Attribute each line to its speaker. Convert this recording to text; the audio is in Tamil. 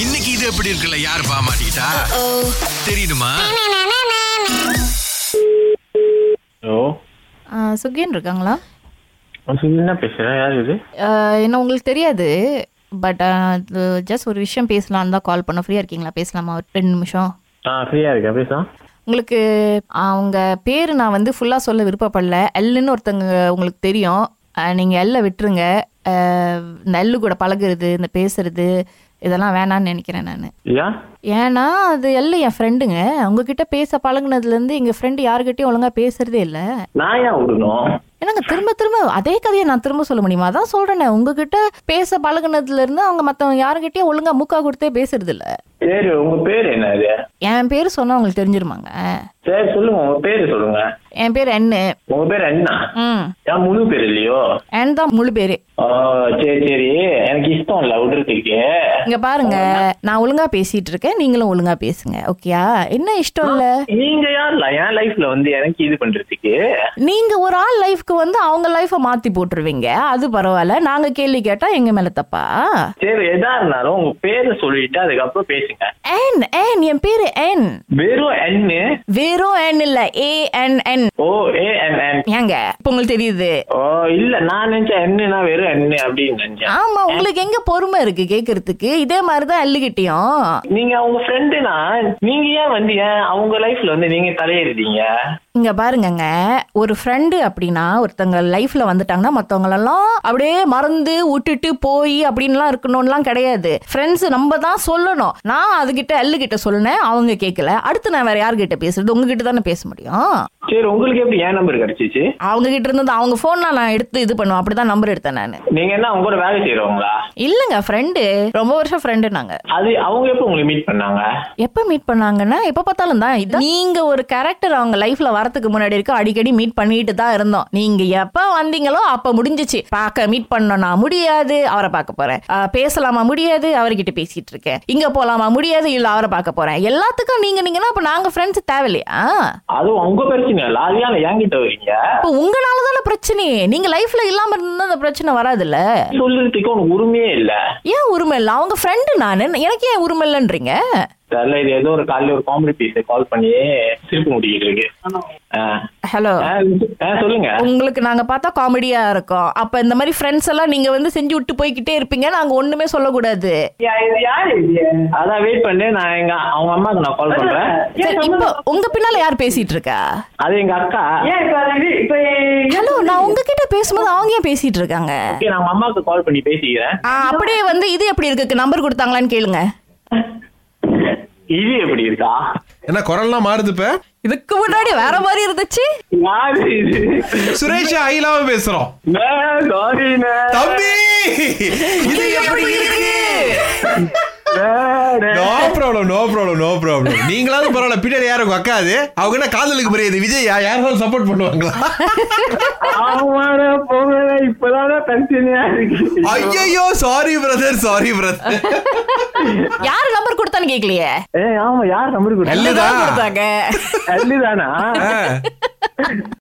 Speaker 1: இன்னைக்கு இது எப்படி இருக்குல்ல யார் பாமாட்டா தெரியுமா
Speaker 2: ஹலோ
Speaker 3: ஆ, சுகேன் இருக்காங்களா
Speaker 2: என்ன பேசுகிறேன் யார் இது
Speaker 3: ஆ, என்ன உங்களுக்கு தெரியாது பட் ஜஸ்ட் ஒரு விஷயம் பேசலாம்னு தான் கால் பண்ண ஃப்ரீயாக இருக்கீங்களா பேசலாமா ஒரு ரெண்டு நிமிஷம்
Speaker 2: ஆ ஃப்ரீயாக இருக்கேன் பேசலாம்
Speaker 3: உங்களுக்கு அவங்க பேர் நான் வந்து ஃபுல்லாக சொல்ல விருப்பப்படல எல்லுன்னு ஒருத்தங்க உங்களுக்கு தெரியும் நீங்கள் எல்லை விட்டுருங்க ஆ, இந்த எள்ளு கூட பழகுறது இந்த பேசுறது இதெல்லாம் வேணான்னு நினைக்கிறேன் நான்
Speaker 2: யா
Speaker 3: ஏன்னா அது எல்லை என் ஃப்ரெண்டுங்க உங்ககிட்ட பேச பழகுனதுலேருந்து எங்கள் ஃப்ரெண்டு யாருக்கிட்டையும் ஒழுங்காக பேசுறதே இல்லை
Speaker 2: நான் ஏன் விடணும்
Speaker 3: என்னங்க திரும்ப திரும்ப அதே கதையை நான் திரும்ப சொல்ல முடியுமா அதான் சொல்றேனே உங்ககிட்ட பேச பழகுனதுல இருந்து அவங்க மத்தவங்க யாருக்கிட்டயும் ஒழுங்கா மூக்கா கொடுத்தே பேசுறது இல்ல
Speaker 2: சரி உங்கள் பேர் என்ன இது
Speaker 3: என் பேர் சொன்னா உங்களுக்கு தெரிஞ்சிருமாங்க
Speaker 2: சரி சொல்லுங்கள் உங்கள் பேர் சொல்லுங்கள்
Speaker 3: என் பேர் என்ன
Speaker 2: உங்கள் பேர் அண்ணா
Speaker 3: ம்
Speaker 2: ஏன் முழு பேர் இல்லையோ
Speaker 3: என் தான் முழு பேரு
Speaker 2: ஆ, சரி சரி எனக்கு இஷ்டம் இல்லை விடுறதுக்கு
Speaker 3: இங்க பாருங்க நான் ஒழுங்கா பேசிட்டு இருக்கேன் நீங்களும் ஒழுங்கா பேசுங்க ஓகேயா என்ன இஷ்டம் இல்ல
Speaker 2: நீங்க யார்ல என் லைஃப்ல வந்து எனக்கு இது பண்றதுக்கு
Speaker 3: நீங்க ஒரு ஆள் லைஃப்க்கு வந்து அவங்க லைஃப மாத்தி போட்டுருவீங்க அது பரவாயில்ல நாங்க கேள்வி கேட்டா எங்க மேல தப்பா
Speaker 2: சரி எதா இருந்தாலும் உங்க பேரை சொல்லிட்டு அதுக்கப்புறம் பேசுங்க
Speaker 3: என் என் என் பேரு என்
Speaker 2: வெறும் என்
Speaker 3: வெறும் என் இல்ல ஏ என் என்
Speaker 2: ஓ ஏ என் என்
Speaker 3: ஏங்க இப்ப உங்களுக்கு தெரியுது
Speaker 2: ஓ இல்ல நான் நினைச்சேன் என்னன்னா வெறும் என்ன அப்படின்னு நினைச்சேன்
Speaker 3: ஆமா உங்களுக்கு எங்க பொறுமை இருக்கு கேக்குறதுக்கு இதே மாதிரிதான் எள்ளுகிட்டயும்
Speaker 2: நீங்க அவங்க ஃப்ரெண்டுனா நீங்க ஏன் வந்து ஏன் அவங்க லைஃப்ல வந்து நீங்க தலையிடுறீங்க
Speaker 3: இங்க பாருங்கங்க ஒரு ஃப்ரெண்டு அப்படின்னா ஒருத்தங்க லைஃப்ல வந்துட்டாங்கன்னா மத்தவங்களெல்லாம் அப்படியே மறந்து விட்டுட்டு போய் அப்படின்லாம் இருக்கணும்லாம் கிடையாது ஃப்ரெண்ட்ஸ் நம்ம தான் சொல்லணும் நான் அதுகிட்ட எள்ளுகிட்ட சொன்னேன் அவங்க கேட்கல அடுத்து நான் வேற யார்கிட்ட பேசுறது உங்ககிட்ட தானே பேச முடியும்
Speaker 2: சரி உங்களுக்கு எப்படி ஏன் நம்பர் கிடைச்சிச்சு
Speaker 3: அவங்க கிட்ட இருந்து அவங்க ஃபோன் நான் எடுத்து இது பண்ணுவேன் அப்படிதான் நம்பர் எடுத்தேன் நான்
Speaker 2: நீங்க என்ன அவங்க கூட வேலை செய்யறவங்களா
Speaker 3: இல்லங்க ஃப்ரெண்டு ரொம்ப வருஷம் ஃப்ரெண்டு நாங்க
Speaker 2: அது அவங்க எப்போ உங்களை மீட் பண்ணாங்க
Speaker 3: எப்ப மீட் பண்ணாங்கன்னா எப்ப பார்த்தாலும் தான் இதான் நீங்க ஒரு கேரக்டர் அவங்க லைஃப்ல வரதுக்கு முன்னாடி இருக்க அடிக்கடி மீட் பண்ணிட்டு தான் இருந்தோம் நீங்க எப்ப வந்தீங்களோ அப்ப முடிஞ்சிச்சு பார்க்க மீட் பண்ணனா முடியாது அவரை பார்க்க போறேன் ஆ, பேசலாமா முடியாது அவர்கிட்ட பேசிட்டு இருக்கேன் இங்க போலாமா முடியாது இல்ல அவரை பார்க்க போறேன் எல்லாத்துக்கும் நீங்க நீங்கன்னா அப்ப நாங்க ஃப்ரெண்ட்ஸ் தேவையில்லையா
Speaker 2: அது உங்க பிரச்சனை இல்ல அது ஏன் என்கிட்ட வரீங்க
Speaker 3: இப்ப உங்களால தானே பிரச்சனையே நீங்க லைஃப்ல இல்லாம இருந்தா அந்த பிரச்சனை வராதுல்ல
Speaker 2: சொல்றதுக்கு உனக்கு உரிமையே இல்ல
Speaker 3: ஏன் உரிமை இல்லை அவங்க ஃப்ரெண்டு நானு எனக்கு ஏன் உரிமை இல்லைன்றீங்க
Speaker 2: தெரியல இது ஏதோ ஒரு காலையில ஒரு காமெடி பீஸ் கால் பண்ணி திருப்பி முடிக்கிட்டு இருக்கு ஆ.
Speaker 3: ஹலோ
Speaker 2: ஆ, ஆ, சொல்லுங்க
Speaker 3: உங்களுக்கு நாங்க பார்த்தா காமெடியா இருக்கோம் அப்ப இந்த மாதிரி ஃப்ரெண்ட்ஸ் எல்லாம் நீங்க வந்து செஞ்சு விட்டு போய்க்கிட்டே இருப்பீங்க நாங்க ஒண்ணுமே சொல்லக்கூடாது
Speaker 2: அதான் வெயிட் பண்ணு நான் எங்க அவங்க அம்மாக்கு நான் கால் பண்றேன்
Speaker 3: சரி இப்போ உங்க பின்னால யார் பேசிட்டு இருக்கா
Speaker 2: அது எங்க அக்கா
Speaker 3: ஹலோ நான் உங்ககிட்ட பேசும்போது அவங்க ஏன் பேசிட்டு இருக்காங்க
Speaker 2: ஓகே நான் அவங்க அம்மாக்கு கால் பண்ணி பேசிக்கிறேன்
Speaker 3: ஆ, அப்படியே வந்து இது எப்படி இருக்கு நம்பர் கொடுத்தாங்களான்னு கேளுங்க
Speaker 2: இது எப்படி இருக்கா
Speaker 1: என்ன குரல்லாம் மாறுது இப்ப
Speaker 3: இதுக்கு முன்னாடி வேற மாதிரி இருந்துச்சு
Speaker 2: யாரு இது
Speaker 1: சுரேஷ் ஐலாவ பேசுறோம்
Speaker 2: சாரிண்ணே
Speaker 1: தம்பி இது எப்படி இருக்கு no problem no problem no problem நீங்களாவது பரவாயில்ல பின்னாடி யாரும் உங்க அக்கா அது அவங்க என்ன காதலுக்கு புரியுது விஜய் யாரும் சப்போர்ட் பண்ணுவாங்களா
Speaker 2: ஆமாடா போகல இப்பதான் பிரச்சனையா இருக்கு
Speaker 1: ஐயோ சாரி பிரதர் சாரி பிரதர்
Speaker 3: யார் நம்பர் கொடுத்தான்னு கேக்கலையே
Speaker 2: ஏய் ஆமா யார் நம்பர் கொடுத்தா
Speaker 1: நல்லதா
Speaker 3: கொடுத்தாங்க
Speaker 2: அல்லுதானா